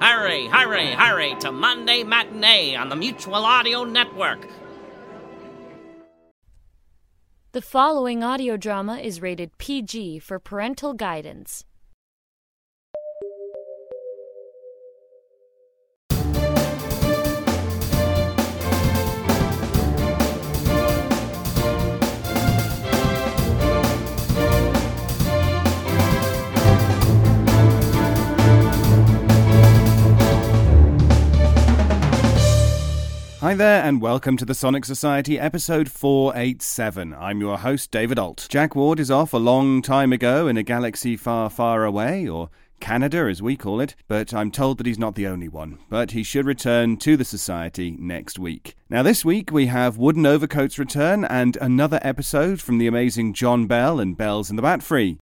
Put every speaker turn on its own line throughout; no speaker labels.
Hurry, hurry, hurry to Monday Matinee on the Mutual Audio Network.
The following audio drama is rated PG for parental guidance.
Hi there, and welcome to the Sonic Society episode 487. I'm your host, David Alt. Jack Ward is off a long time ago in a galaxy far, far away, or Canada as we call it, but I'm told that he's not the only one. But he should return to the Society next week. Now, this week we have Wooden Overcoat's return and another episode from the amazing John Bell and Bells and the Bat Free.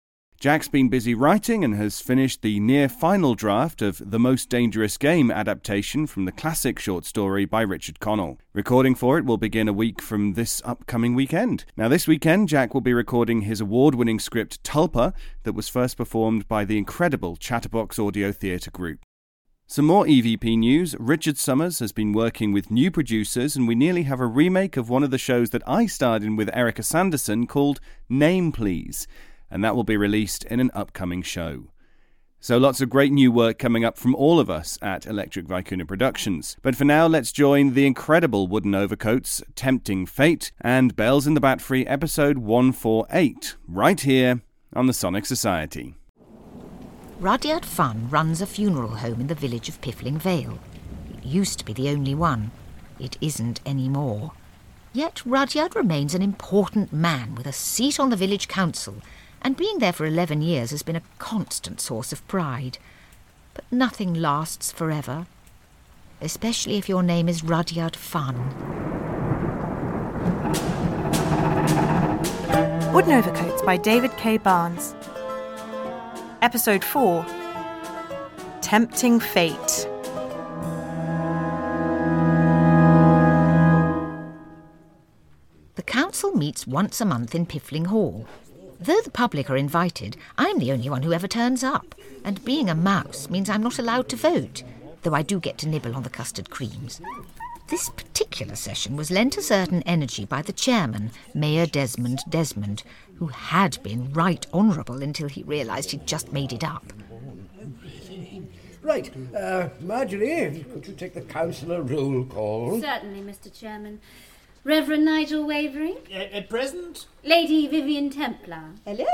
Jack's been busy writing and has finished the near final draft of The Most Dangerous Game adaptation from the classic short story by Richard Connell. Recording for it will begin a week from this upcoming weekend. Now, this weekend, Jack will be recording his award winning script Tulpa that was first performed by the incredible Chatterbox Audio Theatre Group. Some more EVP news. Richard Summers has been working with new producers, and we nearly have a remake of one of the shows that I starred in with Erica Sanderson called Name Please and that will be released in an upcoming show. So, lots of great new work coming up from all of us at Electric Vicuna Productions. But for now, let's join the incredible Wooden Overcoats, Tempting Fate, and Bells in the Bat Free, episode 148, right here on the Sonic Society.
Rudyard Funn runs a funeral home in the village of Piffling Vale. It used to be the only one. It isn't any more. Yet Rudyard remains an important man with a seat on the village council, and being there for 11 years has been a constant source of pride. But nothing lasts forever, especially if your name is Rudyard Funn.
Wooden Overcoats by David K. Barnes. Episode 4 Tempting Fate.
The council meets once a month in Piffling Hall. Though the public are invited, I'm the only one who ever turns up, and being a mouse means I'm not allowed to vote, though I do get to nibble on the custard creams. This particular session was lent a certain energy by the chairman, Mayor Desmond Desmond, who had been right honourable until he realised he'd just made it up.
Right, uh, Marjorie, could you take the councillor roll call?
Certainly, Mr. Chairman. Reverend Nigel Wavering,
At, at present?
Lady Vivian Templar,
Hello?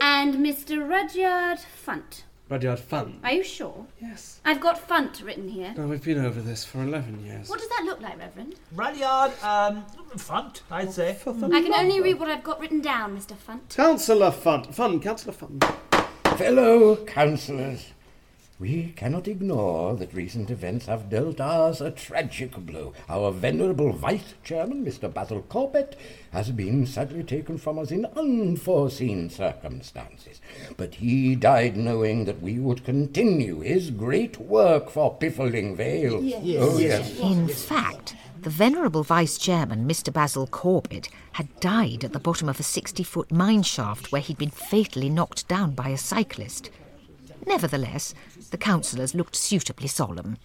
and Mr. Rudyard Funt.
Rudyard Fun.
Are you sure?
Yes.
I've got Funt written here.
No, we've been over this for 11 years.
What does that look like, Reverend?
Rudyard, um, front, I'd say.
I can only read what I've got written down, Mr. Funt.
Councillor Fun. Fun, Councillor Fun.
Fellow councillors, we cannot ignore that recent events have dealt us a tragic blow. Our venerable vice chairman, Mr. Basil Corbett, has been sadly taken from us in unforeseen circumstances. But he died knowing that we would continue his great work for Piffling Vale. Oh, yes.
In fact, the venerable vice chairman, Mr. Basil Corbett, had died at the bottom of a 60 foot mine shaft where he'd been fatally knocked down by a cyclist. Nevertheless, the councillors looked suitably solemn.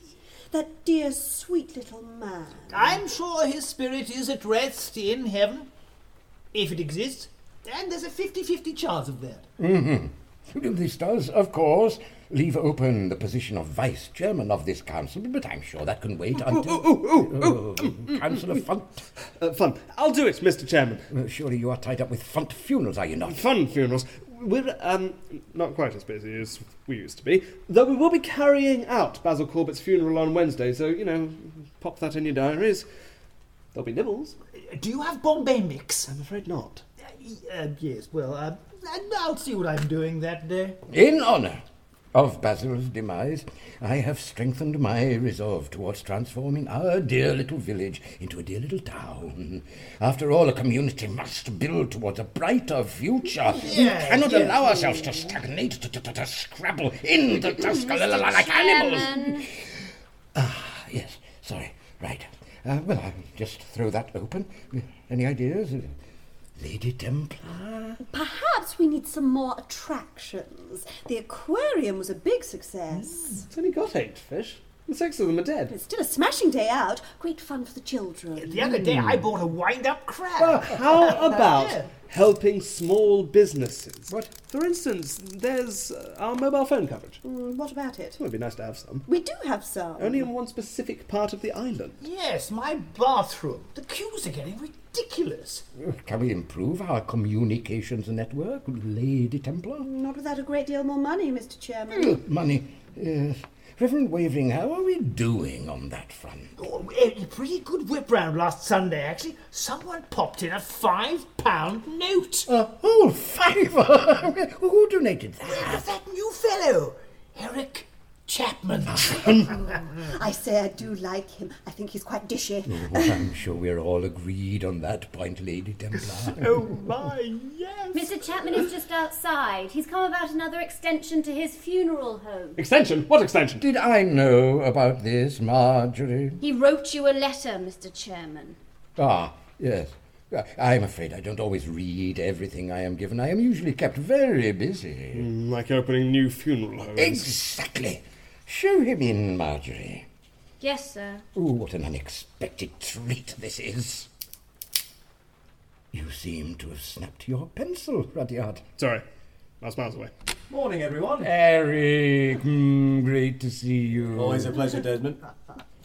That dear, sweet little man.
I'm sure his spirit is at rest in heaven, if it exists, and there's a 50 50 chance of that.
Mm-hmm. This does, of course, leave open the position of vice chairman of this council, but I'm sure that can wait until. Oh, Councillor Funt.
Uh, fun. I'll do it, Mr. Chairman.
Uh, Surely you are tied up with Funt funerals, are you not?
Fun funerals. We're um, not quite as busy as we used to be, though we will be carrying out Basil Corbett's funeral on Wednesday, so, you know, pop that in your diaries. There'll be nibbles.
Do you have Bombay mix?
I'm afraid not.
Uh, y- uh, yes, well, uh, and I'll see what I'm doing that day.
In honour of Basil's demise, I have strengthened my resolve towards transforming our dear little village into a dear little town. After all, a community must build towards a brighter future. we
Yes,
cannot
yes.
allow ourselves to stagnate, to, to, to, to scrabble in the dust like like animals.
Chairman,
Yes, sorry, right. Uh, well, I'll just throw that open. Any ideas? Lady Templar?
Perhaps we need some more attractions. The aquarium was a big success.
Mm, It's only got eight fish. And six of them are dead.
It's still a smashing day out. Great fun for the children.
The other day I bought a wind up crab.
Well, how about
Yeah.
helping small businesses? What? For instance, there's uh, our mobile phone coverage.
Mm, what about it?
It would be nice to have some.
We do have some.
Only in one specific part of the island.
Yes, my bathroom. The queues are getting ridiculous.
Can we improve our communications network, Lady Templar?
Not without a great deal more money, Mr. Chairman.
Ugh, Money. Yes. Reverend Wavering, how are we doing on that front?
Oh, a pretty good whip round last Sunday, actually. Someone popped in a five pound note.
A whole fiver! Who donated that?
Of Ah, that new fellow, Eric Chapman.
I say I do like him. I think he's quite dishy.
Well,
Oh,
I'm sure we're all agreed on that point, Lady Templar.
oh my, yes.
Mr. Chapman is just outside. He's come about another extension to his funeral home.
Extension? What extension?
Did I know about this, Marjorie?
He wrote you a letter, Mr. Chairman.
Ah, yes. Uh, I'm afraid I don't always read everything I am given. I am usually kept very busy.
Mm, Like opening new funeral homes.
Exactly. Show him in, Marjorie.
Yes, sir.
Ooh, what an unexpected treat this is. You seem to have snapped your pencil, Rudyard.
Sorry, I was miles away.
Morning, everyone.
Eric, mm, great to see you.
Always a pleasure, Desmond.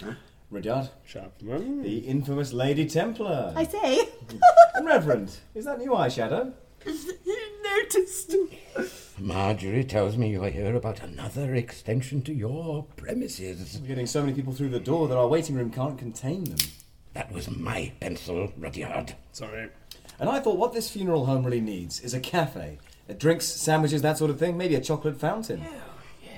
Rudyard,
Chapman?
the infamous Lady Templar.
I say,
And Reverend, is that new eyeshadow?
Marjorie tells me you are here about another extension to your premises.
We're getting so many people through the door that our waiting room can't contain them.
That was my pencil, Rudyard.
Sorry.
And I thought what this funeral home really needs is a cafe. Uh, drinks, sandwiches, that sort of thing, maybe a chocolate fountain.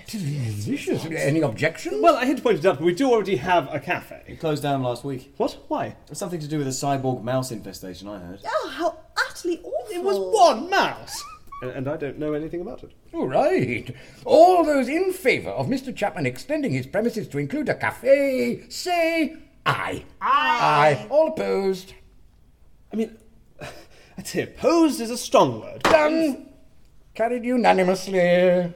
Delicious. Any objections?
Well, I had to point it out, but we do already have a cafe.
It closed down last week.
What? Why?
It's something to do with a cyborg mouse infestation, I heard.
oh, how utterly awful.
It was one mouse! Uh, And, and I don't know anything about it.
All right. All those in favour of Mr. Chapman extending his premises to include a cafe, say aye. Aye. Aye. All opposed.
I mean, I'd say opposed is a strong word.
Done. Carried unanimously.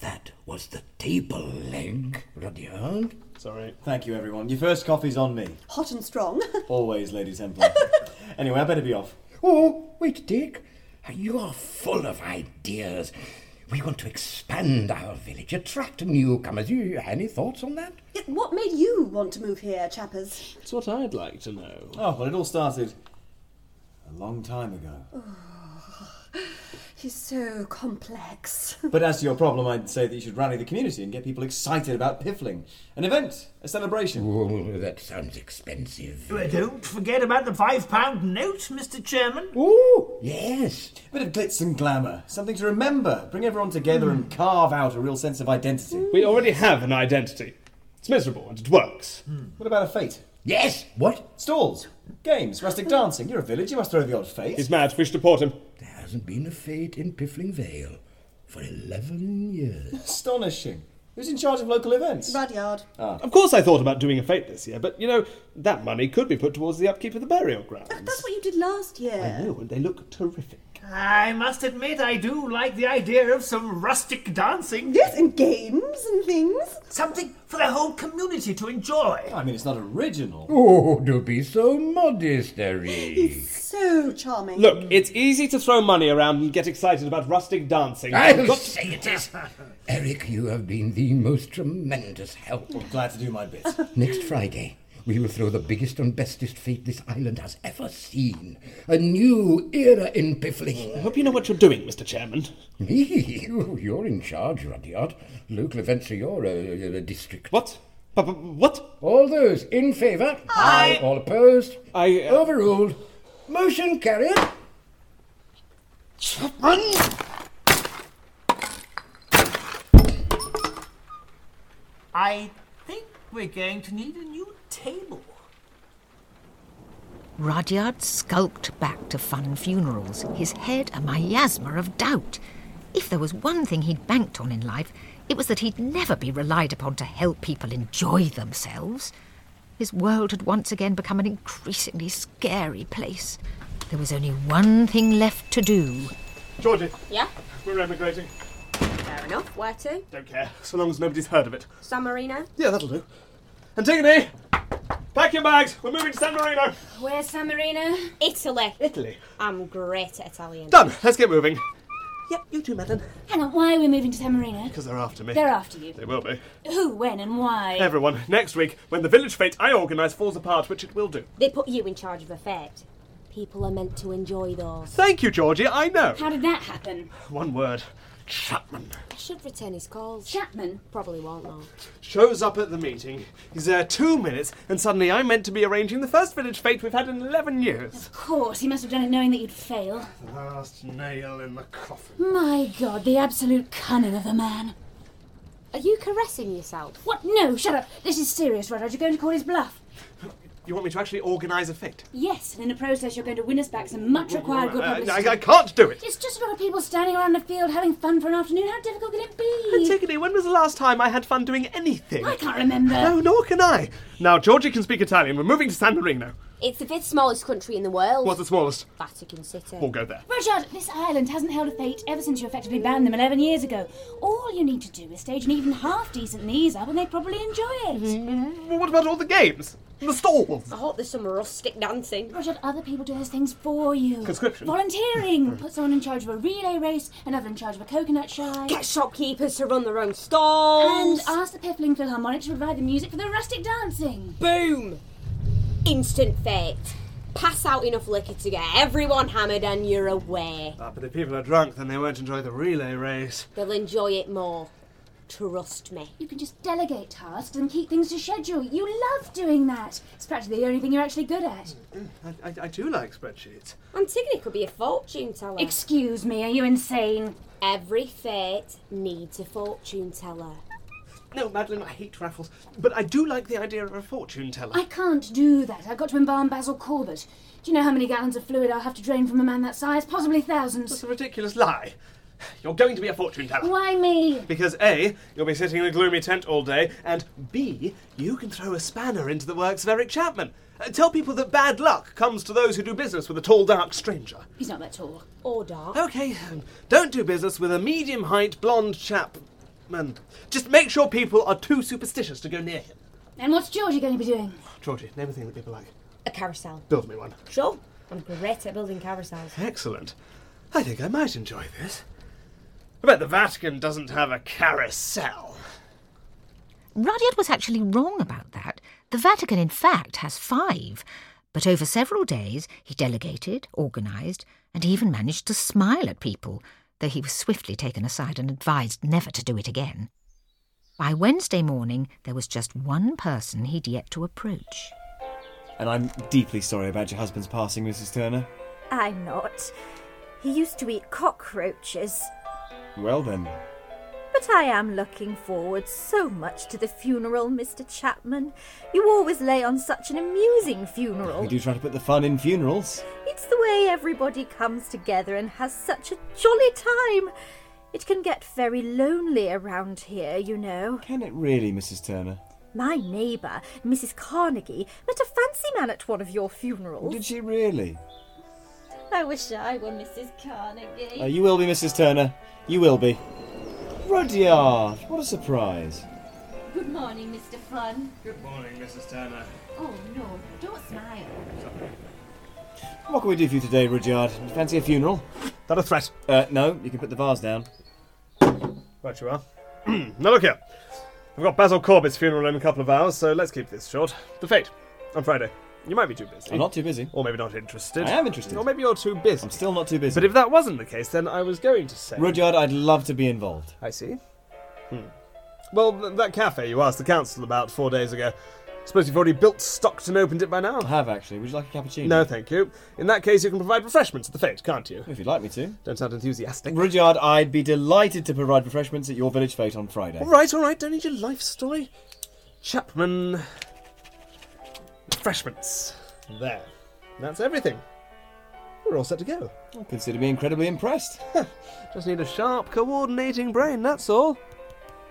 That was the table leg, Rudyard.
Sorry.
Thank you, everyone. Your first coffee's on me.
Hot and strong.
Always, Lady Templar. anyway, I better be off.
Oh, wait, Dick. You are full of ideas. We want to expand our village, attract newcomers. You any thoughts on that?
Yeah, what made you want to move here, chappers?
It's what I'd like to know.
Oh, well, it all started a long time ago.
Oh, He's so complex.
But as to your problem, I'd say that you should rally the community and get people excited about piffling. An event, a celebration.
Oh, that sounds expensive.
Well, don't forget about the five pound note, Mr. Chairman.
Oh, yes.
A bit of glitz and glamour, something to remember. Bring everyone together and carve out a real sense of identity.
Hmm. We already have an identity. It's miserable and it works.
Hmm. What about a fete?
Yes. What?
Stalls, games, rustic dancing. You're a village, you must throw the odd fete.
Hmm. He's mad. We should deport him.
There hasn't been a fete in Piffling Vale for 11 years.
Astonishing. Who's in charge of local events?
Rudyard.
Of course, I thought about doing a fete this year, but you know that money could be put towards the upkeep of the burial
That's
grounds.
what you did last year.
Oh, and they look terrific.
I must admit, I do like the idea of some rustic dancing.
Yes, and games and things.
Something for the whole community to enjoy.
I mean, it's not original.
Oh, don't be so modest, Eric.
He's so charming.
Look, it's easy to throw money around and get excited about rustic dancing.
I'll say it is. Eric, you have been the most tremendous help.
Glad to do my bit.
Next Friday, we will throw the biggest and bestest fete this island has ever seen. A new era in
I
Piffling.
hope you know what you're doing, Mr. Chairman.
Me? You- You're in charge, Rudyard. Local events are your uh, uh, district.
What? P- p- What?
All those in favour? Aye. All opposed?
I. Uh,
Overruled. Motion carried. Chapman!
I think we're going to need a new table.
Rudyard skulked back to fun funerals, his head a miasma of doubt. If there was one thing he'd banked on in life, it was that he'd never be relied upon to help people enjoy themselves. His world had once again become an increasingly scary place. There was only one thing left to do.
Georgie,
Yeah?
we're emigrating.
Fair enough. Where to?
Don't care, so long as nobody's heard of it.
San Marino?
Yeah, that'll do. Antigone! Pack your bags! We're moving to San Marino!
Where's San Marino? Italy.
Italy.
I'm great at Italian.
Done! Let's get moving.
Yep, you too, Madeline. Hang on, why are we moving to San Marino?
Because they're after me.
They're after you.
They will be.
Who, when, and why?
Everyone, next week, when the village fete I organise falls apart, which it will do.
They put you in charge of a fete. People are meant to enjoy those.
Thank you, Georgie, I know.
How did that happen?
One word. Chapman.
I should return his calls. Chapman? Probably won't, though.
Shows up at the meeting. He's there two minutes, and suddenly I'm meant to be arranging the first village fete we've had in 11 years.
Of course, he must have done it knowing that you'd fail.
The last nail in the coffin.
My god, the absolute cunning of the man. Are you caressing yourself? What? No, shut up. This is serious, Rudyard. You're going to call his bluff.
You want me to actually organise a fete?
Yes, and in the process, you're going to win us back some much required good
Uh,
publicity.
I, I can't do it!
It's just a lot of people standing around a field having fun for an afternoon. How difficult can it be?
Antigone, when was the last time I had fun doing anything?
I can't remember.
No, nor can I. Now, Georgie can speak Italian. We're moving to San Marino.
It's the fifth smallest country in the world.
What's the smallest?
Vatican City.
We'll go there.
Rudyard, this island hasn't held a fete ever since you effectively banned them 11 years ago. All you need to do is stage an even half decent knees up and they'd probably enjoy it.
Well, Mm, what about all the games? The stalls?
I hope there's some rustic dancing.
Rudyard, other people do those things for you.
Conscription. Mm.
Volunteering. Put someone in charge of a relay race, another in charge of a coconut shy.
Get shopkeepers to run their own stalls.
And ask the Piffling Philharmonic to provide the music for the rustic dancing.
Boom! Instant fate. Pass out enough liquor to get everyone hammered and you're away.
Ah, but if people are drunk, then they won't enjoy the relay race.
They'll enjoy it more. Trust me.
You can just delegate tasks and keep things to schedule. You love doing that. It's practically the only thing you're actually good at.
I, I, I do like spreadsheets.
Antigone could be a fortune teller.
Excuse me, are you insane?
Every fate needs a fortune teller.
No, Madeline, I hate raffles, but I do like the idea of a fortune teller.
I can't do that. I've got to embalm Basil Corbett. Do you know how many gallons of fluid I'll have to drain from a man that size? Possibly thousands.
That's a ridiculous lie. You're going to be a fortune teller.
Why me?
Because A, you'll be sitting in a gloomy tent all day, and B, you can throw a spanner into the works of Eric Chapman. Uh, tell people that bad luck comes to those who do business with a tall, dark stranger.
He's not that tall.
Or dark.
Okay, um, don't do business with a medium height, blonde chap. Man, just make sure people are too superstitious to go near him.
And what's Georgie going to be doing?
Georgie, name a thing that people like.
A carousel.
Build me one.
Sure. I'm great at building carousels.
Excellent. I think I might enjoy this. I bet the Vatican doesn't have a carousel.
Rudyard was actually wrong about that. The Vatican, in fact, has five. But over several days, he delegated, organised, and even managed to smile at people, though he was swiftly taken aside and advised never to do it again. By Wednesday morning, there was just one person he'd yet to approach.
And I'm deeply sorry about your husband's passing, Mrs. Turner.
I'm not. He used to eat cockroaches.
Well then,
But I am looking forward so much to the funeral, Mr. Chapman. You always lay on such an amusing funeral.
we do try to put the fun in funerals.
It's the way everybody comes together and has such a jolly time. It can get very lonely around here, you know.
Can it Really, Mrs. Turner?
My neighbour, Mrs. Carnegie, met a fancy man at one of your funerals.
Did she really?
I wish I were Mrs. Carnegie.
Uh, you will be, Mrs. Turner. You will be. Rudyard, what a surprise.
Good morning, Mr. Fun.
Good morning, Mrs. Turner.
Oh, no, don't smile.
What can we do for you today, Rudyard? Fancy a funeral?
That a threat?
Uh, no, you can put the vase down.
Right, you are. now look here. I've got Basil Corbett's funeral in a couple of hours, so let's keep this short. The fate on Friday. You might be too busy.
I'm not too busy.
Or maybe not interested.
I am interested.
Or maybe you're too busy. I'm
still not too busy.
But if that wasn't the case, then I was going to say.
Rudyard, I'd love to be involved.
I see. Hmm. Well, th- that cafe you asked the council about four days ago. Suppose you've already built stocks and opened it by now? I
have, actually. Would you like a cappuccino?
No, thank you. In that case, you can provide refreshments at the fete, can't you?
If you'd like me to.
Don't sound enthusiastic.
Rudyard, I'd be delighted to provide refreshments at your village fete on Friday.
All right, all right. Don't need your life story. Chapman. Refreshments. There. That's everything. We're all set to go.
Consider me incredibly impressed.
Just need a sharp coordinating brain, that's all.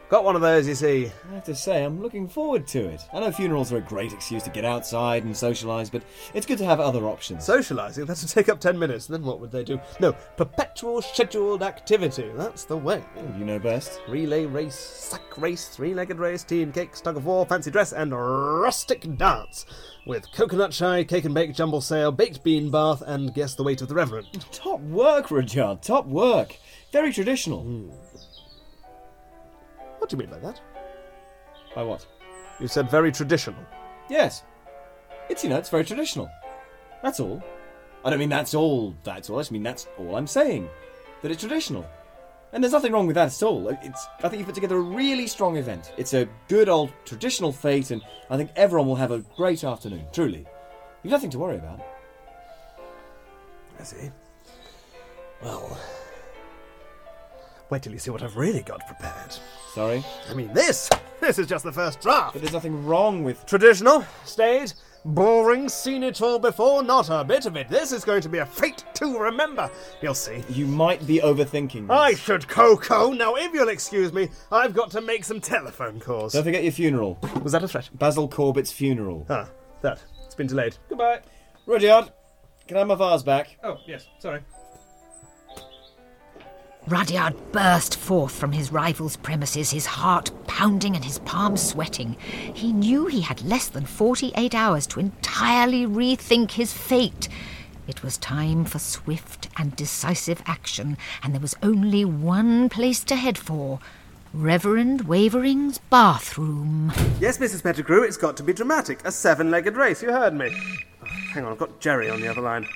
Got one of those, you see.
I have to say, I'm looking forward to it. I know funerals are a great excuse to get outside and socialise, but it's good to have other options.
Socialising? That would take up ten minutes, then what would they do? No, perpetual scheduled activity. That's the way.
Oh, You know best.
Relay race, sack race, three legged race, team cakes, tug of war, fancy dress, and rustic dance. With coconut shy, cake and bake, jumble sale, baked bean bath, and guess the weight of the reverend.
Top work, Rudyard, top work. Very traditional.
Hmm. What do you mean by that?
By what?
You said very traditional.
Yes. It's, you know, it's very traditional. That's all. I don't mean that's all, that's all. I just mean that's all I'm saying. That it's traditional. And there's nothing wrong with that at all. It's, I think you put together a really strong event. It's a good old traditional fete, and I think everyone will have a great afternoon, truly. You've nothing to worry about.
I see. Well, wait till you see what I've really got prepared.
Sorry?
I mean, this! This is just the first draft! But
there's nothing wrong with.
Traditional, staid, boring, seen it all before, not a bit of it. This is going to be a fate to remember. You'll see.
You might be overthinking. this.
I should, Coco! Now, if you'll excuse me, I've got to make some telephone calls.
Don't forget your funeral.
Was that a threat?
Basil Corbett's funeral.
Ah, that. It's been delayed.
Goodbye.
Rudyard, can I have my vase back?
Oh, yes, sorry.
Rudyard burst forth from his rival's premises, his heart pounding and his palms sweating. He knew he had less than 48 hours to entirely rethink his fate. It was time for swift and decisive action, and there was only one place to head for Reverend Wavering's bathroom.
Yes, Mrs. Pettigrew, it's got to be dramatic. A seven legged race, you heard me. Oh, hang on, I've got Jerry on the other line.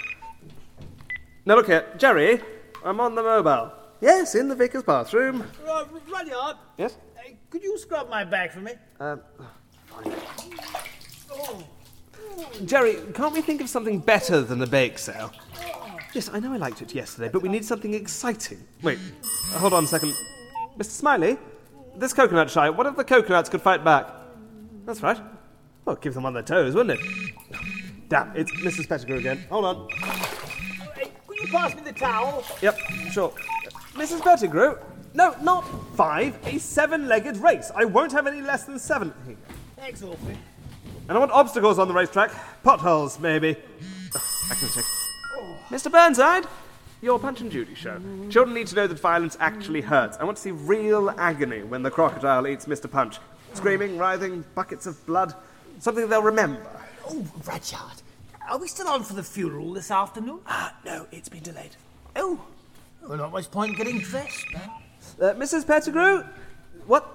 Now look here, Jerry, I'm on the mobile. Yes, in the vicar's bathroom.
Uh, Rudyard,
Yes?
could you scrub my back for me?
Um, Jerry, can't we think of something better than a bake sale? Yes, I know I liked it yesterday, but we need something exciting. Wait, uh, hold on a second. Mr. Smiley, this coconut shy, what if the coconuts could fight back? That's right. Well, give them on their toes, wouldn't it? Damn, it's Mrs. Pettigrew again. Hold on.
Could you pass me the towel?
Yep, sure. Mrs. Pettigrew? No, not five, a seven legged race. I won't have any less than seven. Here you go.
Thanks, awfully.
And I want obstacles on the racetrack. Potholes, maybe. Ugh, Actually, check. Mr. Burnside, your Punch and Judy show. Children need to know that violence actually hurts. I want to see real agony when the crocodile eats Mr. Punch. Screaming, writhing, buckets of blood. Something they'll remember.
Oh, Rudyard, are we still on for the funeral this afternoon? Ah, no, it's been delayed. Oh, well, not much point getting dressed, man.
Uh, Mrs. Pettigrew? What?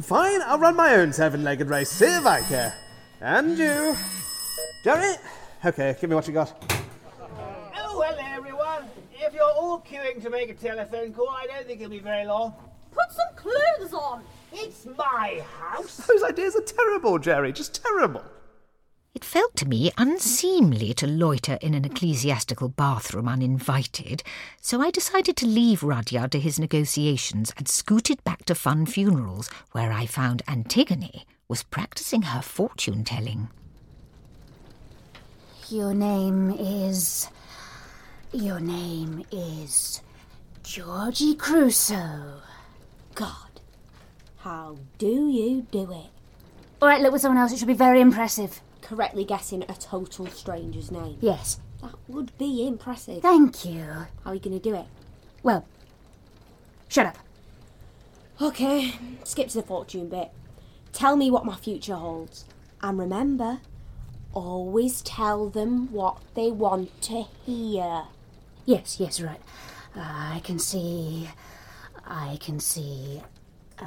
Fine, I'll run my own seven legged race. See if I care. And you. Jerry? Okay, give me what you got.
Oh, hello, everyone. If you're all queuing to make a telephone call, I don't think it'll be very long. Put some clothes on. It's my house.
Those ideas are terrible, Jerry. Just terrible.
It felt to me unseemly to loiter in an ecclesiastical bathroom uninvited, so I decided to leave Rudyard to his negotiations and scooted back to Fun Funerals, where I found Antigone was practicing her fortune telling.
Your name is. Your name is. Georgie Crusoe. God, how do you do it? All right, look with someone else. It should be very impressive.
Correctly guessing a total stranger's name.
Yes.
That would be impressive.
Thank you.
How are you going to do it?
Well, shut up.
Okay, skip to the fortune bit. Tell me what my future holds. And remember, always tell them what they want to hear.
Yes, yes, right. Uh, I can see. I can see. A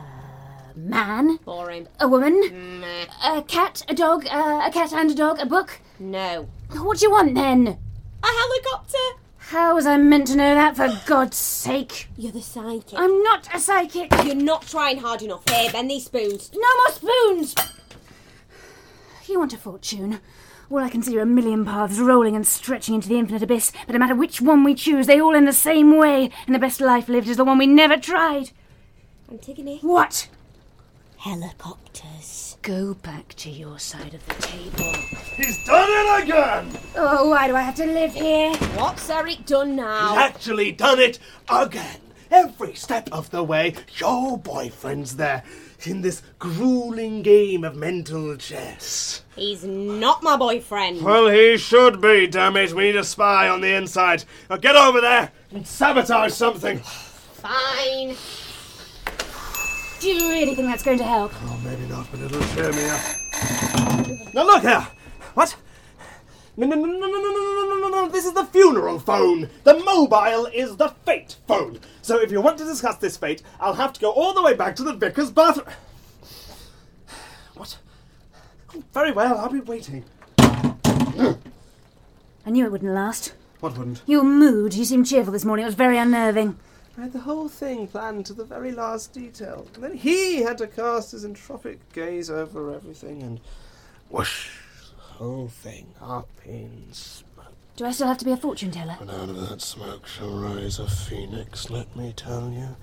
man.
Boring.
A woman. A cat. A dog. Uh, a cat and a dog. A book.
No.
What do you want then?
A helicopter!
How was I meant to know that, for God's sake?
You're the psychic.
I'm not a psychic.
You're not trying hard enough. Here, bend these spoons.
No more spoons! You want a fortune. All I can see are a million paths rolling and stretching into the infinite abyss, but no matter which one we choose, they all end the same way, and the best life lived is the one we never tried.
Antigone.
What?
Helicopters.
Go back to your side of the table.
He's done it again!
Oh, why do I have to live here?
What's Eric done now?
Actually, done it again. Every step of the way, your boyfriend's there.
in this grueling game of mental chess.
He's not my boyfriend.
Well, he should be, damn it. We need a spy on the inside. Now get over there and sabotage something.
Fine. Do you really think that's going to help?
Oh, maybe not, but it'll cheer me up.
uh. Now look here! What? No, no, no, no, no, no, no, no, no, no, this is the funeral phone! The mobile is the fate phone! So if you want to discuss this fate, I'll have to go all the way back to the vicar's bathroom. What? Oh, Very well, I'll be waiting.
I knew it wouldn't last.
What wouldn't?
Your mood. You seemed cheerful this morning. It was very unnerving.
I had the whole thing planned to the very last detail. And then he had to cast his entropic gaze over everything and whoosh, the whole thing up in smoke.
Do I still have to be a fortune teller?
And out of that smoke shall rise a phoenix, let me tell you.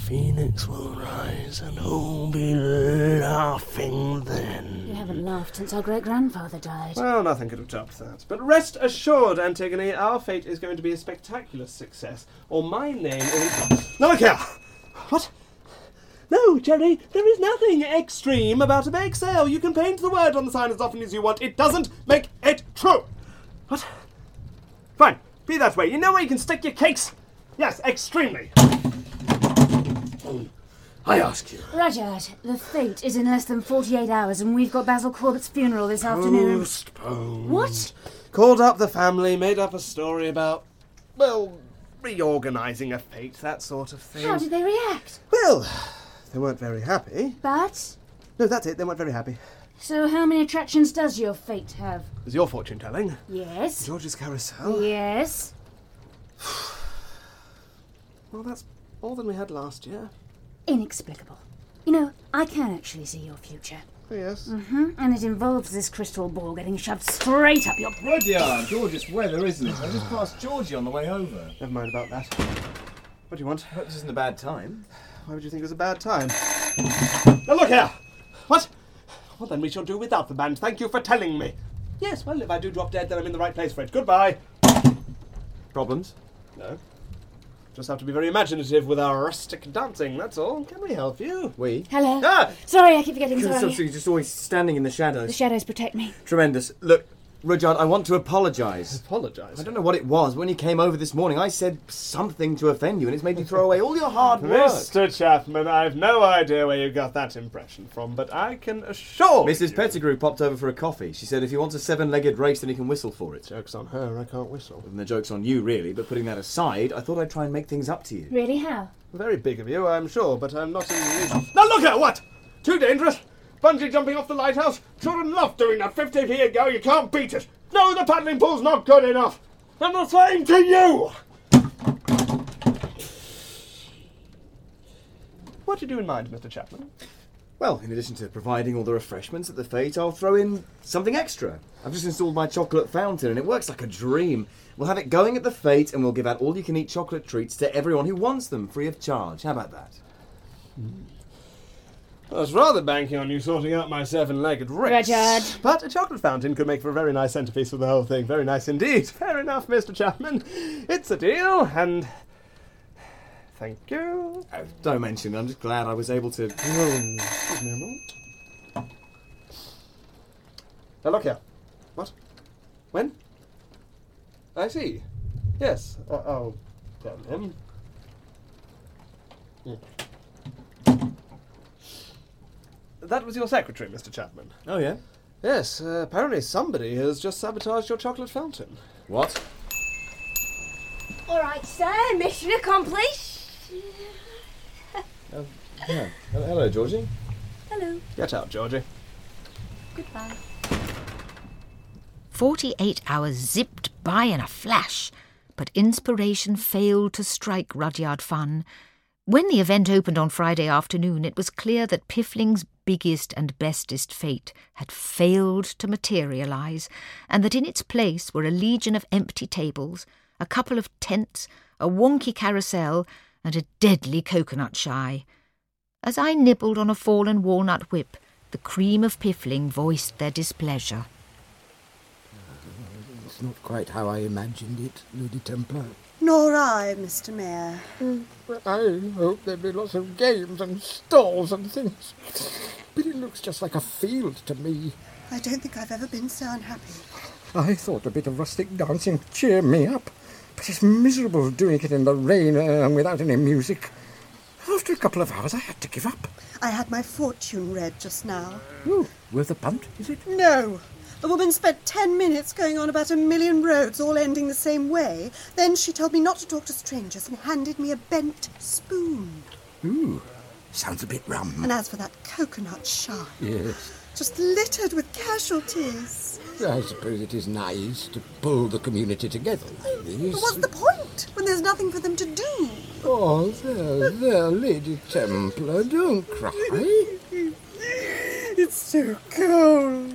Phoenix will rise, and who'll be laughing then?
You haven't laughed since our great grandfather died.
Well, nothing could have topped that. But rest assured, Antigone, our fate is going to be a spectacular success, or my name will be. No, look here! What? No, Jerry, there is nothing extreme about a bake sale. You can paint the word on the sign as often as you want. It doesn't make it true. What? Fine, be that way. You know where you can stick your cakes? Yes, extremely.
I ask you.
Rudyard, the fate is in less than 48 hours and we've got Basil Corbett's funeral this
Oh,
afternoon.
Postponed.
What?
Called up the family, made up a story about, well, reorganising a fate, that sort of thing.
How did they react?
Well, they weren't very happy.
But?
No, that's it, they weren't very happy.
So how many attractions does your fate have?
Is your fortune telling?
Yes.
George's Carousel?
Yes.
Well, that's more than we had last year.
Inexplicable. You know, I can actually see your future.
yes.
hmm And it involves this crystal ball getting shoved straight up your...
Rudyard, gorgeous weather, isn't it? I just passed Georgie on the way over.
Never mind about that. What do you want?
I hope this isn't a bad time.
Why would you think it was a bad time? Now look here! What? Well, then we shall do without the band. Thank you for telling me. Yes, well, if I do drop dead, then I'm in the right place, Fred. Goodbye. Problems? No. Just have to be very imaginative with our rustic dancing, that's all. Can we help you?
We?
Hello.
Ah!
Sorry, I keep forgetting.
Because
Sorry.
you're just always standing in the
The
shadows.
shadows protect me.
Tremendous. Look, Rudyard, I want to apologise.
Apologise?
I don't know what it was. When you came over this morning, I said something to offend you, and it's made you throw away all your hard work.
Mr. Chapman, I've no idea where you got that impression from, but I can assure.
Mrs. Pettigrew popped over for a coffee. She said if he wants a seven legged race, then he can whistle for it.
Joke's on her, I can't whistle.
And the joke's on you, really, but putting that aside, I thought I'd try and make things up to you.
Really, how?
Very big of you, I'm sure, but I'm not in the Now look at what! Too dangerous! Bungee jumping off the lighthouse! Children love doing that 50 feet ago, you can't beat it! No, the paddling pool's not good enough! And the same to you! What did you in mind, Mr. Chapman?
Well, in addition to providing all the refreshments at the fete, I'll throw in something extra. I've just installed my chocolate fountain, and it works like a dream. We'll have it going at the fete, and we'll give out all you can eat chocolate treats to everyone who wants them free of charge. How about that?
I was rather banking on you sorting out my seven-legged race.
Rudyard.
But a chocolate fountain could make for a very nice centrepiece for the whole thing. Very nice indeed. Fair enough, Mr. Chapman. It's a deal, and thank you. Oh,
Oh, don't mention it. I'm just glad I was able to.
Excuse me a moment. Now look here. What? When? I see. Yes, uh, I'll tell him. Mm. Hmm. That was your secretary, Mr. Chapman.
Oh, yeah?
Yes, uh, apparently somebody has just sabotaged your chocolate fountain.
What?
All right, sir. Mission accomplished.
Uh, Yeah. Hello, Georgie.
Hello.
Get out, Georgie.
Goodbye.
48 hours zipped by in a flash, but inspiration failed to strike Rudyard Funn. When the event opened on Friday afternoon, it was clear that Piffling's biggest and bestest fate had failed to materialise, and that in its place were a legion of empty tables, a couple of tents, a wonky carousel, and a deadly coconut shy. As I nibbled on a fallen walnut whip, the cream of Piffling voiced their displeasure.
It's not quite how I imagined it, Lady Templar.
Nor I, Mr. Mayor.
But Mm. I hope there'll be lots of games and stalls and things. But it looks just like a field to me.
I don't think I've ever been so unhappy.
I thought a bit of rustic dancing would cheer me up, but it's miserable doing it in the rain and without any music. After a couple of hours, I had to give up.
I had my fortune read just now.
Worth a punt, is it?
No. The woman spent ten minutes going on about a million roads all ending the same way. Then she told me not to talk to strangers and handed me a bent spoon.
Ooh, sounds a bit rum.
And as for that coconut shell,
Yes,
just littered with casualties.
I suppose it is nice to pull the community together like
But
this.
what's the point when there's nothing for them to do?
Oh, there, there, Lady Templar, don't cry.
It's so cold.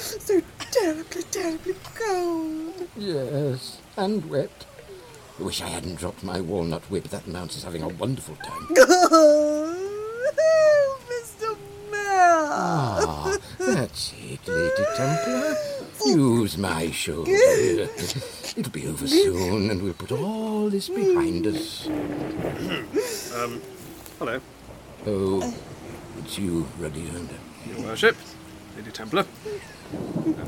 So terribly, terribly cold.
Yes, and wet. I wish I hadn't dropped my walnut whip. That mouse is having a wonderful time.
Oh, Mr. Mayor.
Ah, that's it, Lady Templar. Use my shoulder. It'll be over soon, and we'll put all this behind us.
um, hello,
Oh, it's you, Ruddy Hunter.
Your Worship, Lady Templar.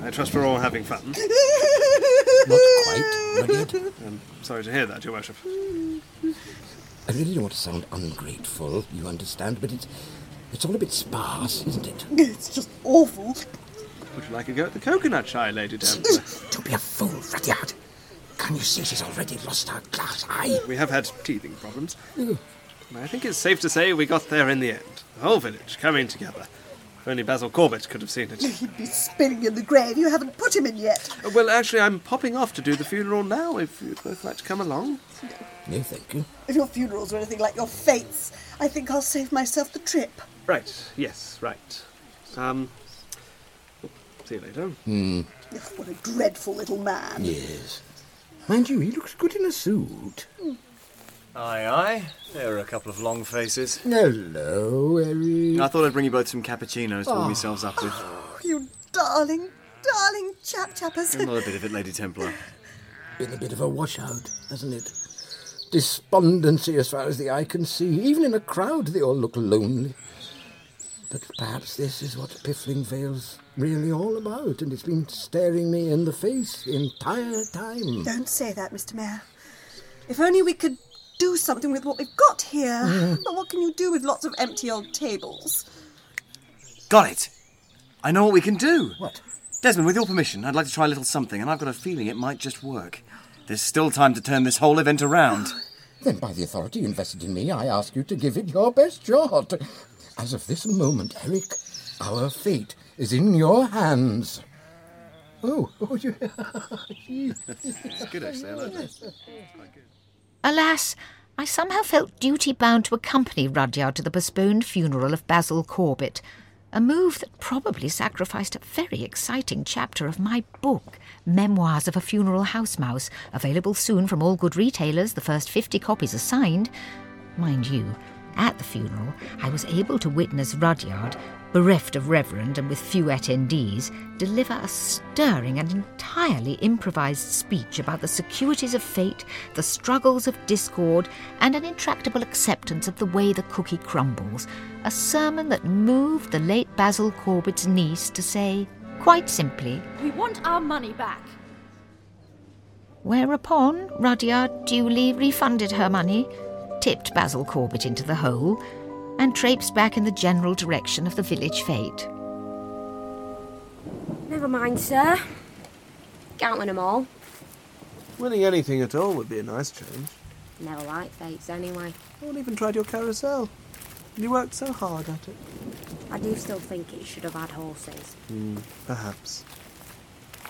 I trust we're all having fun.
Not quite, Rudyard.
I'm Um, sorry to hear that, Your Worship.
I really don't want to sound ungrateful, you understand, but it's, it's all a bit sparse, isn't it?
It's just awful.
Would you like a go at the coconut shy, Lady Templar?
Don't be a fool, Rudyard. Can you see she's already lost her glass eye?
We have had teething problems.
Ugh.
I think it's safe to say we got there in the end. The whole village coming together. If only Basil Corbett could have seen it.
He'd be spinning in the grave. You haven't put him in yet.
Uh, Well, actually, I'm popping off to do the funeral now, if you'd both like to come along.
No, thank you.
If your funerals are anything like your fates, I think I'll save myself the trip.
Right, yes, right. Um, see you later.
Hmm,
Ugh, Oh, What a dreadful little man.
yes. Mind you, he looks good in a suit.
Aye, aye. There are a couple of long faces.
Hello, Eric.
I thought I'd bring you both some cappuccinos to warm
Ah.
Oh.
yourselves up with.
You darling, darling chap chappers.
Another bit of it, Lady Templar.
Been a bit of a washout, hasn't it? Despondency as far as the eye can see. Even in a crowd, they all look lonely. But perhaps this is what Piffling Vale's really all about, and it's been staring me in the face the entire time.
Don't say that, Mr. Mayor. If only we could do something with what we've got here.
Mm.
But what can you do with lots of empty old tables?
Got it! I know what we can do!
What?
Desmond, with your permission, I'd like to try a little something, and I've got a feeling it might just work. There's still time to turn this whole event around.
Then, by the authority you invested in me, I ask you to give it your best shot. As of this moment, Eric, our fate is in your hands. Oh, oh, you.
It's good, actually. I like that.
Alas, I somehow felt duty bound to accompany Rudyard to the postponed funeral of Basil Corbett, a move that probably sacrificed a very exciting chapter of my book, Memoirs of a Funeral House Mouse, available soon from all good retailers, the first 50 copies assigned. Mind you, at the funeral, I was able to witness Rudyard, bereft of reverend and with few attendees, deliver a stirring and entirely improvised speech about the securities of fate, the struggles of discord, and an intractable acceptance of the way the cookie crumbles. A sermon that moved the late Basil Corbett's niece to say, quite simply,
We want our money back.
Whereupon Rudyard duly refunded her money, tipped Basil Corbett into the hole, and traipsed back in the general direction of the village fete.
Never mind, sir. Can't win 'em all.
Winning anything at all would be a nice change.
Never like fates anyway.
No one even tried your carousel. You worked so hard at it.
I do still think it should have had horses.
Hmm, perhaps.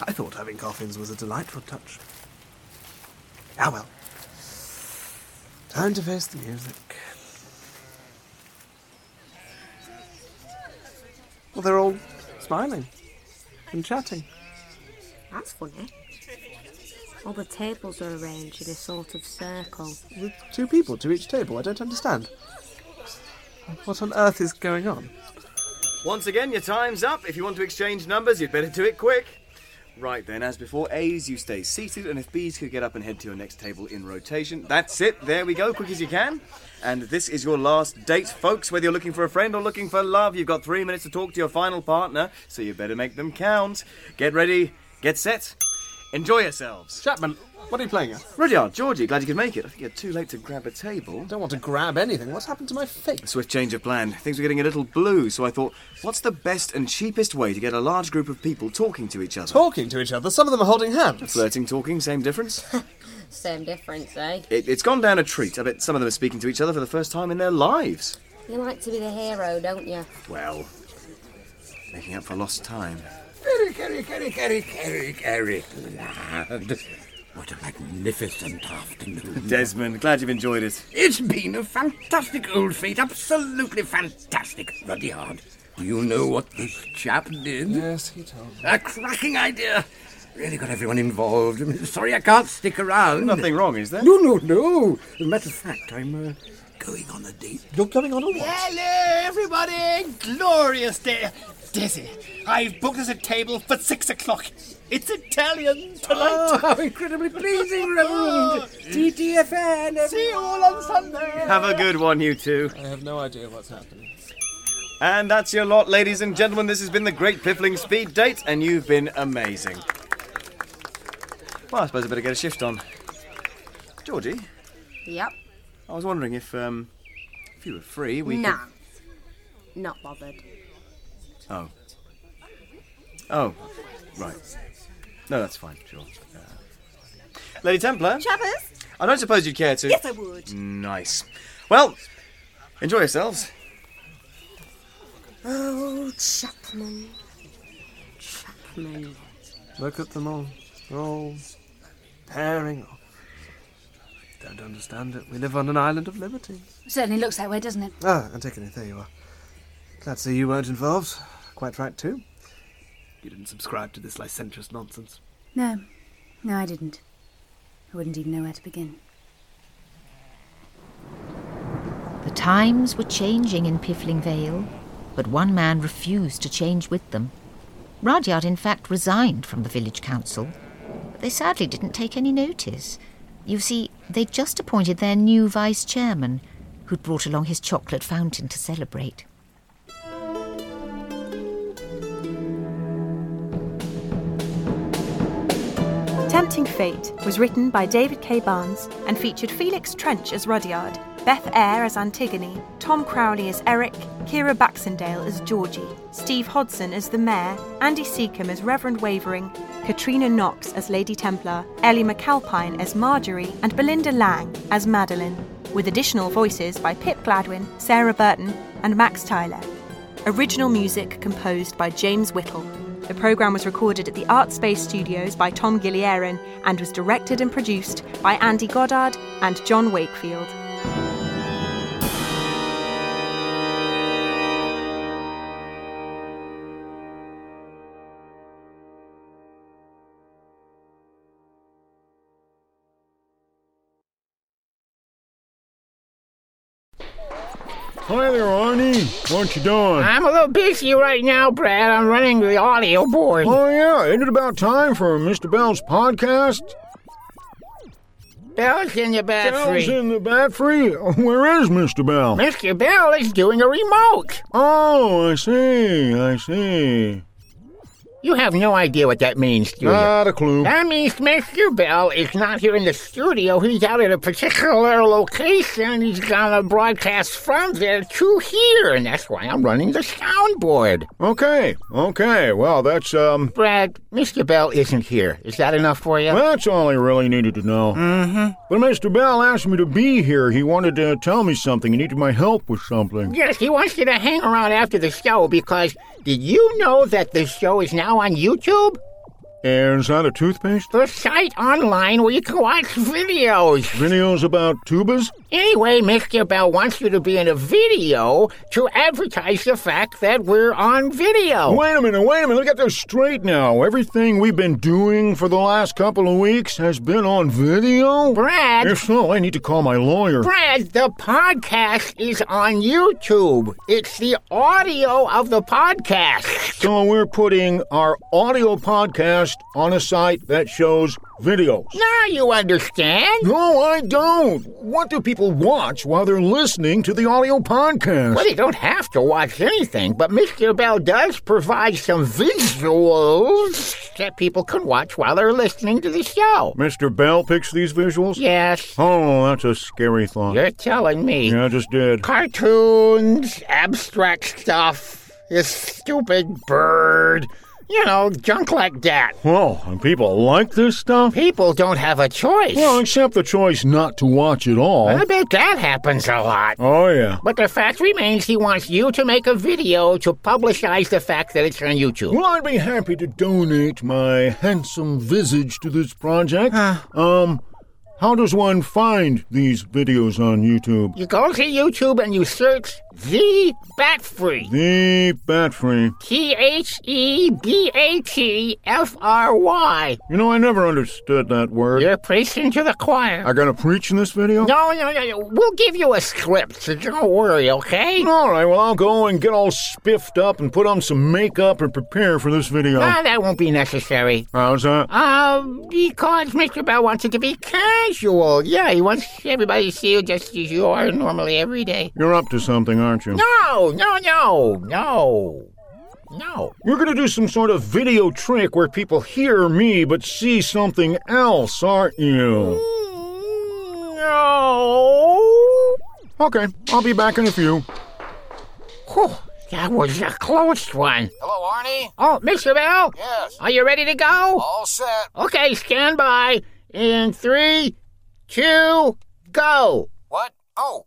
I thought having coffins was a delightful touch. Ah well. Time to face the music. Well, they're all smiling and chatting.
That's funny. All the tables are arranged in a sort of circle.
With two people to each table. I don't understand. What on earth is going on?
Once again, your time's up. If you want to exchange numbers, you'd better do it quick. Right then, as before, A's, you stay seated, and if B's could get up and head to your next table in rotation, that's it, there we go, quick as you can. And this is your last date, folks. Whether you're looking for a friend or looking for love, you've got three minutes to talk to your final partner, so you better make them count. Get ready, get set, enjoy yourselves. Chapman, what are you playing at? Rudyard, Georgie, glad you could make it. I think you're too late to grab a table. Don't want to grab anything. What's happened to my face? A swift change of plan. Things were getting a little blue, so I thought, what's the best and cheapest way to get a large group of people talking to each other? Talking to each other? Some of them are holding hands. Flirting, talking, same difference.
Same difference, eh?
It, it's gone down a treat. I bet some of them are speaking to each other for the first time in their lives.
You like to be the hero, don't you?
Well, making up for lost time.
Eric, Eric, Eric, Eric, Eric, Eric, lad. What a magnificent afternoon.
Desmond, glad you've enjoyed it.
It's been a fantastic old fate, absolutely fantastic, Rudyard. Do you know what this chap did? Yes, he told me. A cracking idea. Really got everyone involved. I'm sorry I can't stick around.
Nothing wrong, is there?
No, no, no. As a matter of fact, I'm uh, going on a date. You're going on a
Hello, everybody! Glorious day! Dizzy, I've booked us a table for six o'clock. It's Italian tonight!
Oh, incredibly pleasing, Reverend. TTFN.
See you all on Sunday!
Have a good one, you two. I have no idea what's happening. And that's your lot, ladies and gentlemen. This has been the Great Piffling Speed Date, and you've been amazing. Well, I suppose I better get a shift on. Georgie,
Yep.
I was wondering if, um, if you were free, we
nah.
could...
Not bothered.
Oh. Oh, right. No, that's fine, sure. Uh, Lady Templar?
Chappers?
I don't suppose you'd care to.
Yes, I would.
Nice. Well, enjoy yourselves.
Oh, Chapman. Chapman.
Look at them all. They're all pairing off. Don't understand it. We live on an island of liberty.
Certainly looks that way, doesn't it?
Ah, Antigone, there you are. Glad to see you weren't involved. Quite right, too. You didn't subscribe to this licentious nonsense.
No. No, I didn't. I wouldn't even know where to begin.
The times were changing in Piffling Vale, but one man refused to change with them. Rudyard, in fact, resigned from the village council, but they sadly didn't take any notice. You see, they'd just appointed their new vice chairman, who'd brought along his chocolate fountain to celebrate.
Tempting Fate was written by David K. Barnes and featured Felix Trench as Rudyard, Beth Eyre as Antigone, Tom Crowley as Eric, Kira Baxendale as Georgie, Steve Hodson as the Mayor, Andy Seacombe as Reverend Wavering, Katrina Knox as Lady Templar, Ellie McAlpine as Marjorie, and Belinda Lang as Madeline, with additional voices by Pip Gladwin, Sarah Burton, and Max Tyler. Original music composed by James Whittle. The programme was recorded at the Art Space Studios by Tom Gilliarin and was directed and produced by Andy Goddard and John Wakefield.
Hi there, Arnie. What you doing?
I'm a little busy right now, Brad. I'm running the audio board.
Oh yeah, ain't it about time for Mr. Bell's podcast?
Bell's in the
Bell's
bathroom.
in the bat free. Where is Mr. Bell?
Mr. Bell is doing a remote.
Oh, I see. I see.
You have no idea what that means, do you? Ah.
Not a clue.
That means Mr. Bell is not here in the studio. He's out at a particular location. He's gonna broadcast from there to here, and that's why I'm running the soundboard.
Okay. Okay. Well, that's um.
Brad, Mr. Bell isn't here. Is that enough for you?
That's all I really needed to know. Mm-hmm. But Mr. Bell asked me to be here. He wanted to tell me something. He needed my help with something.
Yes, he wants you to hang around after the show because did you know that the show is now on YouTube?
Is that a toothpaste?
The site online where you can watch videos.
Videos about tubas?
Anyway, Mr. Bell wants you to be in a video to advertise the fact that we're on video.
Wait a minute, wait a minute. Let me get this straight now. Everything we've been doing for the last couple of weeks has been on video?
Brad!
If so, I need to call my lawyer.
Brad, the podcast is on YouTube. It's the audio of the podcast.
So we're putting our audio podcast broadcast on a site that shows videos.
Now you understand.
No, I don't. What do people watch while they're listening to the audio podcast?
Well, they don't have to watch anything, but Mr. Bell does provide some visuals that people can watch while they're listening to the show.
Mr. Bell picks these visuals?
Yes.
Oh, that's a scary thought.
You're telling me.
Yeah, I just did.
Cartoons, abstract stuff, this stupid bird, you know, junk like that.
Whoa, and people like this stuff?
People don't have a choice.
Well, except the choice not to watch at all.
I bet that happens a lot.
Oh, yeah.
But the fact remains he wants you to make a video to publicize the fact that it's on YouTube.
Well, I'd be happy to donate my handsome visage to this project. um, how does one find these videos on YouTube?
You go to YouTube and you search The Bat Free.
The Bat Free.
T H E B A T F R Y.
You know, I never understood that word.
You're preaching to the choir.
I gotta preach in this video?
No, no, no, no. We'll give you a script, so don't worry, okay?
All right, well, I'll go and get all spiffed up and put on some makeup and prepare for this video.
Ah, that won't be necessary.
How's that?
Um, because Mr. Bell wants it to be casual. Yeah, he wants everybody to see you just as you are normally every day. Oh,
You're up to something, aren't you?
No, no, no, no, no.
You're gonna do some sort of video trick where people hear me but see something else, aren't you?
Mm. No.
Okay, I'll be back in a few.
Whew, that was a close one.
Hello, Arnie?
Oh, Mr. Bell?
Yes.
Are you ready to go?
All set.
Okay, stand by. In three, two, go.
What? Oh.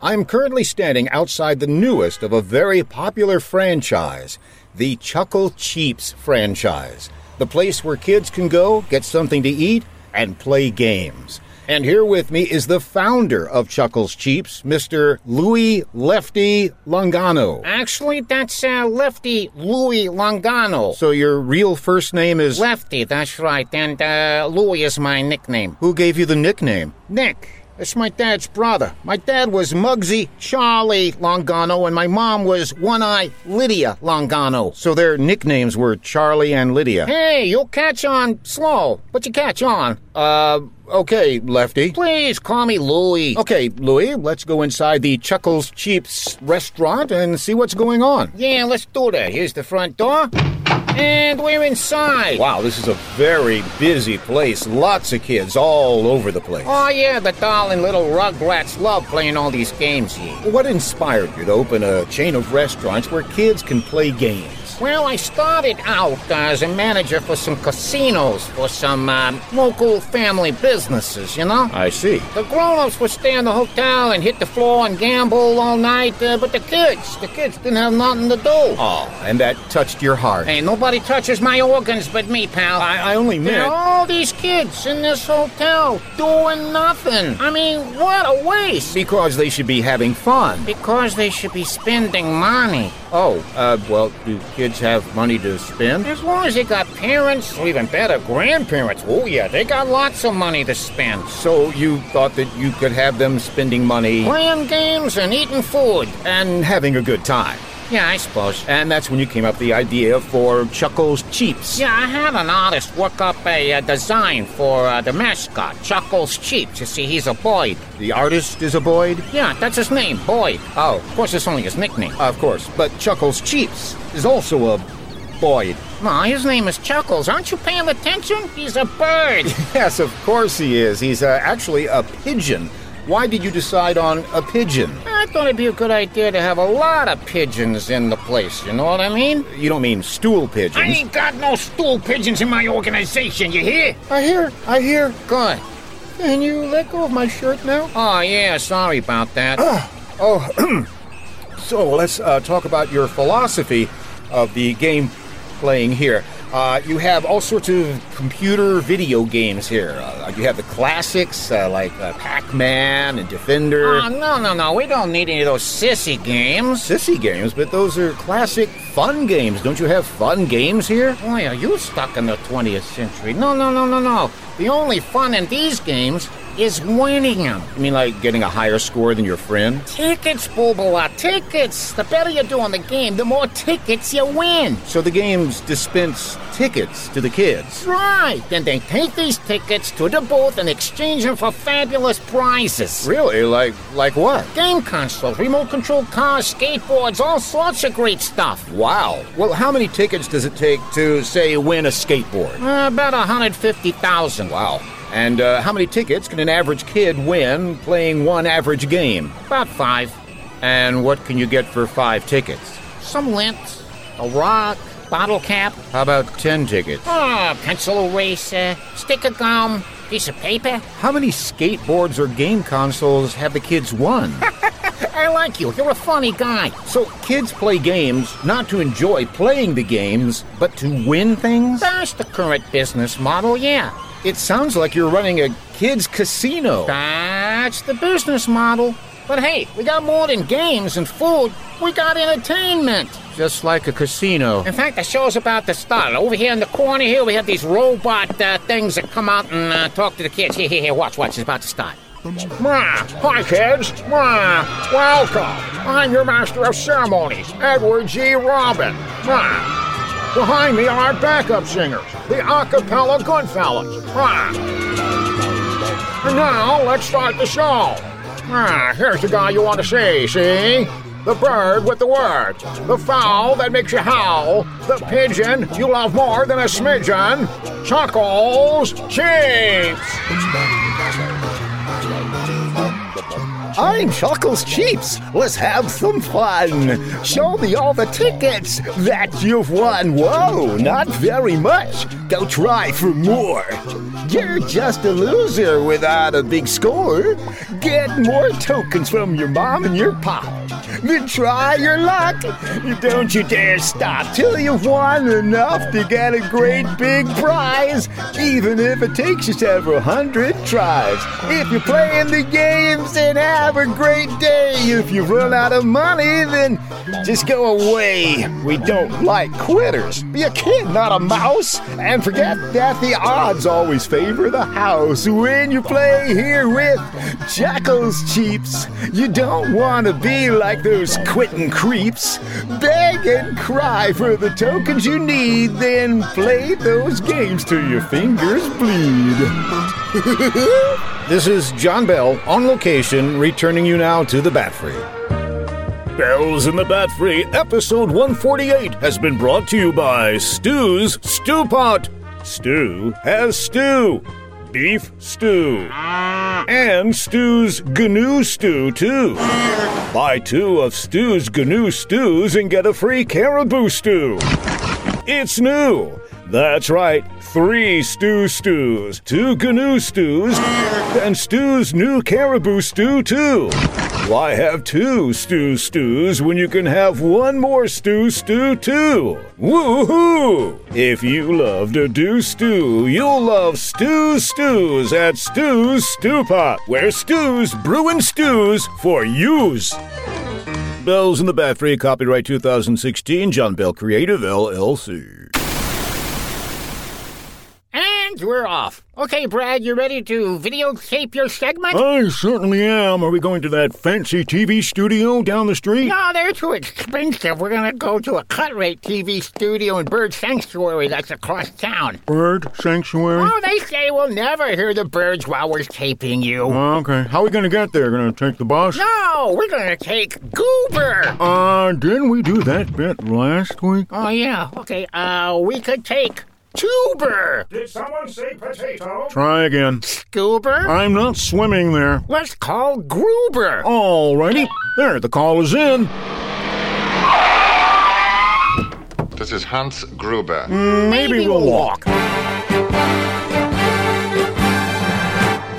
I'm currently standing outside the newest of a very popular franchise, the Chuckle Cheaps franchise, the place where kids can go, get something to eat, and play games. And here with me is the founder of Chuckles Cheaps, Mr. Louis Lefty Longano.
Actually, that's uh, Lefty Louis Longano.
So your real first name is
Lefty, that's right, and uh, Louis is my nickname.
Who gave you the nickname?
Nick. It's my dad's brother. My dad was Muggsy Charlie Longano, and my mom was One Eye Lydia Longano.
So their nicknames were Charlie and Lydia.
Hey, you'll catch on slow, but you catch on.
Uh, okay, Lefty.
Please call me Louie.
Okay, Louis, let's go inside the Chuckles Cheaps restaurant and see what's going on.
Yeah, let's do that. Here's the front door. And we're inside.
Wow, this is a very busy place. Lots of kids all over the place.
Oh, yeah, the doll and little rugrats love playing all these games here.
What inspired you to open a chain of restaurants where kids can play games?
Well, I started out as a manager for some casinos, for some um, local family businesses, you know?
I see.
The grown ups would stay in the hotel and hit the floor and gamble all night, uh, but the kids, the kids didn't have nothing to do.
Oh, and that touched your heart.
Hey, nobody touches my organs but me, pal.
I, I only meant.
There are all these kids in this hotel doing nothing. I mean, what a waste.
Because they should be having fun.
Because they should be spending money.
Oh, uh, well, do kids have money to spend?
As long as they got parents, or even better, grandparents. Oh, yeah, they got lots of money to spend.
So you thought that you could have them spending money
Playing games and eating food.
and having a good time.
Yeah, I suppose.
And that's when you came up with the idea for Chuckles Cheaps.
Yeah, I had an artist work up a uh, design for uh, the mascot, Chuckles Cheap. You see, he's a Boyd.
The artist is a Boyd?
Yeah, that's his name, Boyd.
Oh.
Of course, it's only his nickname.
Of course, but Chuckles Cheaps is also a Boyd.
Ma, his name is Chuckles. Aren't you paying attention? He's a bird.
Yes, of course he is. He's uh, actually a pigeon. Why did you decide on a pigeon?
I thought it'd be a good idea to have a lot of pigeons in the place, you know what I mean?
You don't mean stool pigeons.
I ain't got no stool pigeons in my organization, you hear?
I hear, I hear.
Good.
Can you let go of my shirt now?
Oh, yeah, sorry about that.
Ah, Oh, so let's uh, talk about your philosophy of the game playing here. Uh, you have all sorts of computer video games here. Uh, you have the classics uh, like uh, Pac Man and Defender.
Oh, no, no, no. We don't need any of those sissy games.
Sissy games, but those are classic fun games. Don't you have fun games here?
Boy, are you stuck in the 20th century? No, no, no, no, no. The only fun in these games is winning them.
You mean like getting a higher score than your friend?
Tickets, Bulbala, tickets! The better you do on the game, the more tickets you win.
So the games dispense tickets to the kids.
Right, then they take these tickets to the booth and exchange them for fabulous prizes.
Really? Like like what?
Game consoles, remote control cars, skateboards, all sorts of great stuff.
Wow. Well, how many tickets does it take to say win a skateboard?
Uh, about 150,000.
Wow. And uh, how many tickets can an average kid win playing one average game?
About five.
And what can you get for five tickets?
Some lint, a rock, bottle cap,
How about ten tickets?
ah, pencil eraser, stick of gum, piece of paper.
How many skateboards or game consoles have the kids won?
I like you. You're a funny guy.
so kids play games not to enjoy playing the games, but to win things?
That's the current business model, yeah.
It sounds like you're running a kids' casino.
That's the business model. But hey, we got more than games and food. We got entertainment.
Just like a casino.
In fact, the show's about to start. Over here in the corner here, we have these robot uh, things that come out and uh, talk to the kids. Here, here, here, watch, watch. It's about to start.
Mwah. Hi, kids. Mwah. Welcome. I'm your master of ceremonies, Edward G. Robin. Mwah. Behind me are our backup singers, the acapella Goodfellas. Mwah. And now, let's start the show. Mwah. Here's the guy you want to see, see? The bird with the word, the fowl that makes you howl, the pigeon you love more than a smidgen, Chuckles Cheats.
I'm Chuckles Cheeps. Let's have some fun. Show me all the tickets that you've won. Whoa, not very much. Go try for more. You're just a loser without a big score. Get more tokens from your mom and your pop. Then try your luck. Don't you dare stop till you've won enough to get a great big prize, even if it takes you several hundred tries. If you're playing the games, then have a great day. If you run out of money, then just go away. We don't like quitters. Be a kid, not a mouse. And forget that the odds always favor the house when you play here with Jackals Cheeps. You don't want to be like those quitting creeps. Beg and cry for the tokens you need, then play those games till your fingers bleed.
This is John Bell on location, returning you now to the Bat Free.
Bells in the Bat Free, episode 148, has been brought to you by Stew's Stew Pot. Stew has stew, beef stew, and Stew's GNU stew, too. Buy two of Stew's GNU stews and get a free caribou stew. It's new. That's right, three stew stews, two canoe stews, and Stew's new caribou stew, too. Why have two stew stews when you can have one more stew stew, too? Woohoo! If you love to do stew, you'll love Stew Stews at Stew's Stew Pot, where stews brew and stews for use. Bells in the Bat Free, copyright 2016, John Bell Creative LLC.
And we're off. Okay, Brad, you ready to videotape your segment?
Oh,
I certainly am. Are we going to that fancy TV studio down the street?
No, they're too expensive. We're going to go to a cut rate TV studio in Bird Sanctuary that's across town.
Bird Sanctuary?
Oh, they say we'll never hear the birds while we're taping you.
Oh, okay. How are we going to get there? Going to take the bus?
No, we're going to take Goober.
Uh, didn't we do that bit last week?
Oh, yeah. Okay, uh, we could take Tuber.
Did someone say potato?
Try again.
Goober?
I'm not swimming there.
Let's call Gruber.
Alrighty. There, the call is in.
This is Hans Gruber.
Maybe, we'll walk.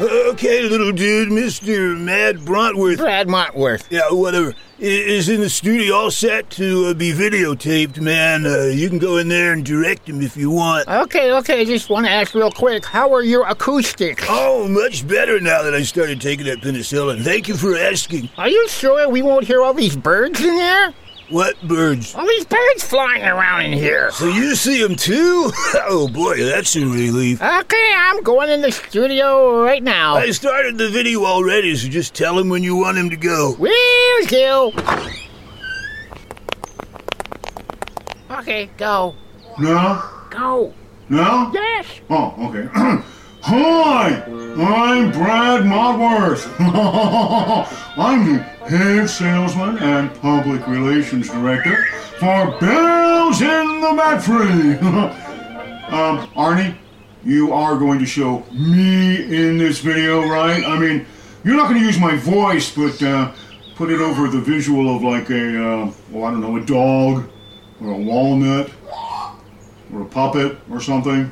Okay, little dude, Mr. Mad Brontworth.
Brad Montworth.
Yeah, whatever. i- Is in the studio all set to uh, be videotaped, man. Uh, you can go in there and direct him if you want.
Okay, okay, just want to ask real quick, how are your acoustics?
Oh, much better now that I started taking that penicillin. Thank you for asking.
Are you sure we won't hear all these birds in there?
What birds?
All these birds flying around in here.
So you see them too? Oh boy, that's a relief.
Okay, I'm going in the studio right now.
I started the video already, so just tell him when you want him to go.
Where's you? Okay, go.
No?
Go.
No?
Yes.
Oh, okay. Hi, I'm Brad Modworth. I'm the head salesman and public relations director for Bells in the Bat Free. um, Arnie, you are going to show me in this video, right? I mean, you're not going to use my voice, but uh, put it over the visual of like a, uh, oh, I don't know, a dog or a walnut or a puppet or something.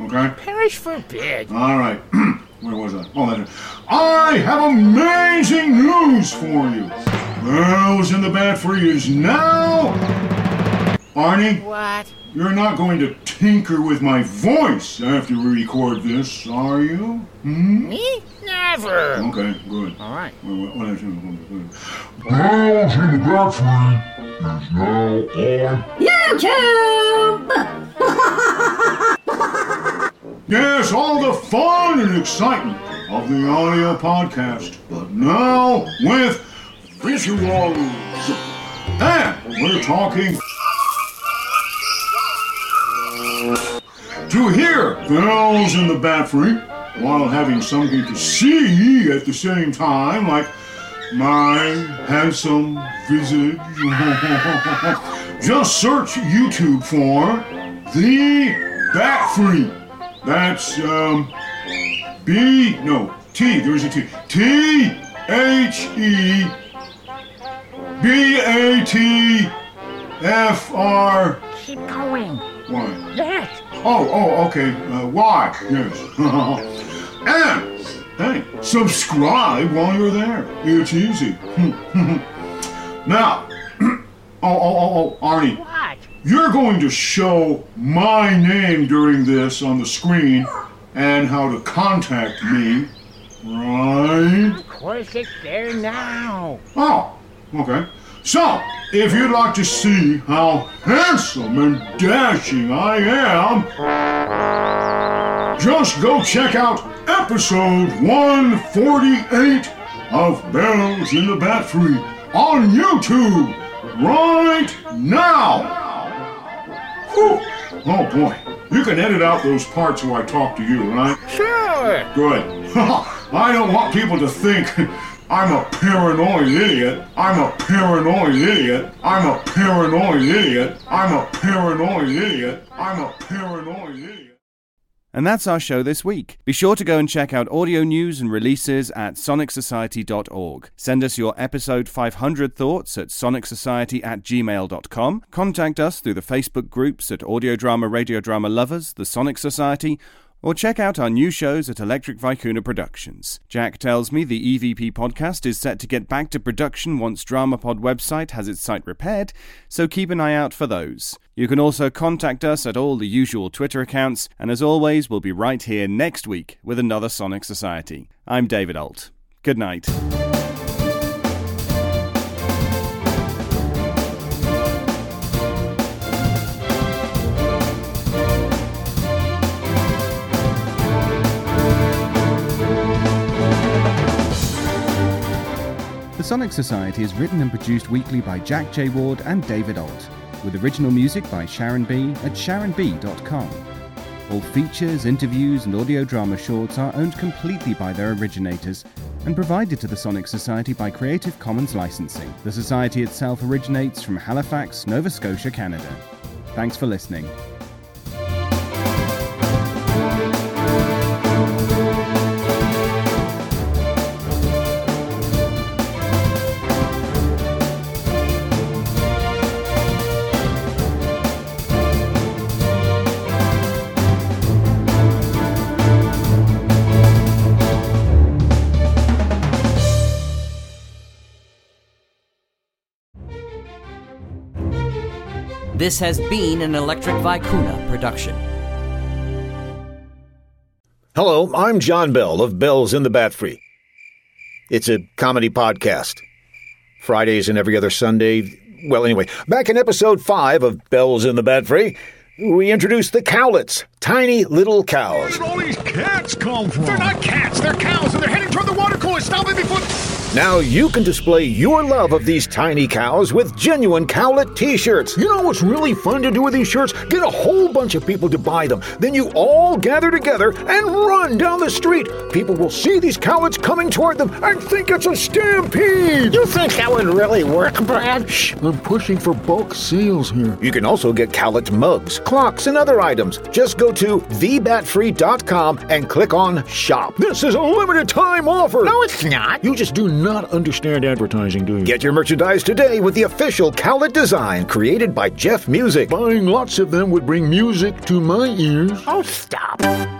Okay?
Perish forbid.
All right. Where was I? Oh, that. I have amazing news for you. Bells in the Bat Free is now. Arnie?
What?
You're not going to tinker with my voice after we record this, are you? Hmm?
Me? Never.
Okay, good.
All right.
Wait, wait, wait, wait, wait, wait. Bells in the Bat Free is now on. Yes, all the fun and excitement of the audio podcast, but now with visuals. And we're talking. To hear bells in the bat free while having something to see at the same time, like my handsome visage. Just search YouTube for the bat free. That's um, B, no, T, there's a T. T H E B A T F R.
Keep going.
Why?
Yes.
Oh, oh, okay. Uh, why? Yes. and, hey, subscribe while you're there. It's easy. now, oh, oh, oh, oh, Arnie.
What?
You're going to show my name during this on the screen and how to contact me, right?
Of course it's there now.
Oh, okay. So, if you'd like to see how handsome and dashing I am, just go check out episode 148 of Bells in the Bat Free on YouTube right now. Whew. Oh boy, you can edit out those parts where I talk to you, right?
Sure.
Good. I don't want people to think I'm a paranoid idiot. I'm a paranoid idiot. I'm a paranoid idiot. I'm a paranoid idiot. I'm a paranoid idiot.
And that's our show this week. Be sure to go and check out audio news and releases at sonicsociety.org. Send us your episode 500 thoughts at sonicsociety at gmail.com. Contact us through the Facebook groups at Audio Drama Radio Drama Lovers, The Sonic Society, or check out our new shows at Electric Vicuna Productions. Jack tells me the EVP podcast is set to get back to production once DramaPod website has its site repaired, so keep an eye out for those. You can also contact us at all the usual Twitter accounts, and as always, we'll be right here next week with another Sonic Society. I'm David Alt. Good night. The Sonic Society is written and produced weekly by Jack J. Ward and David Alt, with original music by Sharon B. at sharonb.com. All features, interviews, and audio drama shorts are owned completely by their originators and provided to the Sonic Society by Creative Commons licensing. The Society itself originates from Halifax, Nova Scotia, Canada. Thanks for listening.
This has been an Electric Vicuna production.
Hello, I'm John Bell of Bells in the Bat Free. It's a comedy podcast. Fridays and every other Sunday,
Well, anyway, back in episode 5 of Bells in the Bat Free, we introduced the cowlets, tiny little cows.
all these cats come from?
They're
not cats, they're cows, and they're heading toward the water cooler. Stop it before.
Now you can display your love of these tiny cows with genuine cowlet t shirts. You know what's really fun to do with these shirts? Get a whole bunch of people to buy them. Then you all gather together and run down the street. People will see these cowlets coming toward them and think it's a stampede. You think that would really work, Brad? Shh, I'm pushing for bulk seals here. You can also get cowlet mugs, clocks, and other items. Just go to thebatfree.com and click on shop. This is a limited time offer. No, it's not. You just do not understand advertising, do you? Get your merchandise today with the official Cowlet design created by Jeff Music. Buying lots of them would bring music to my ears.
Oh, stop.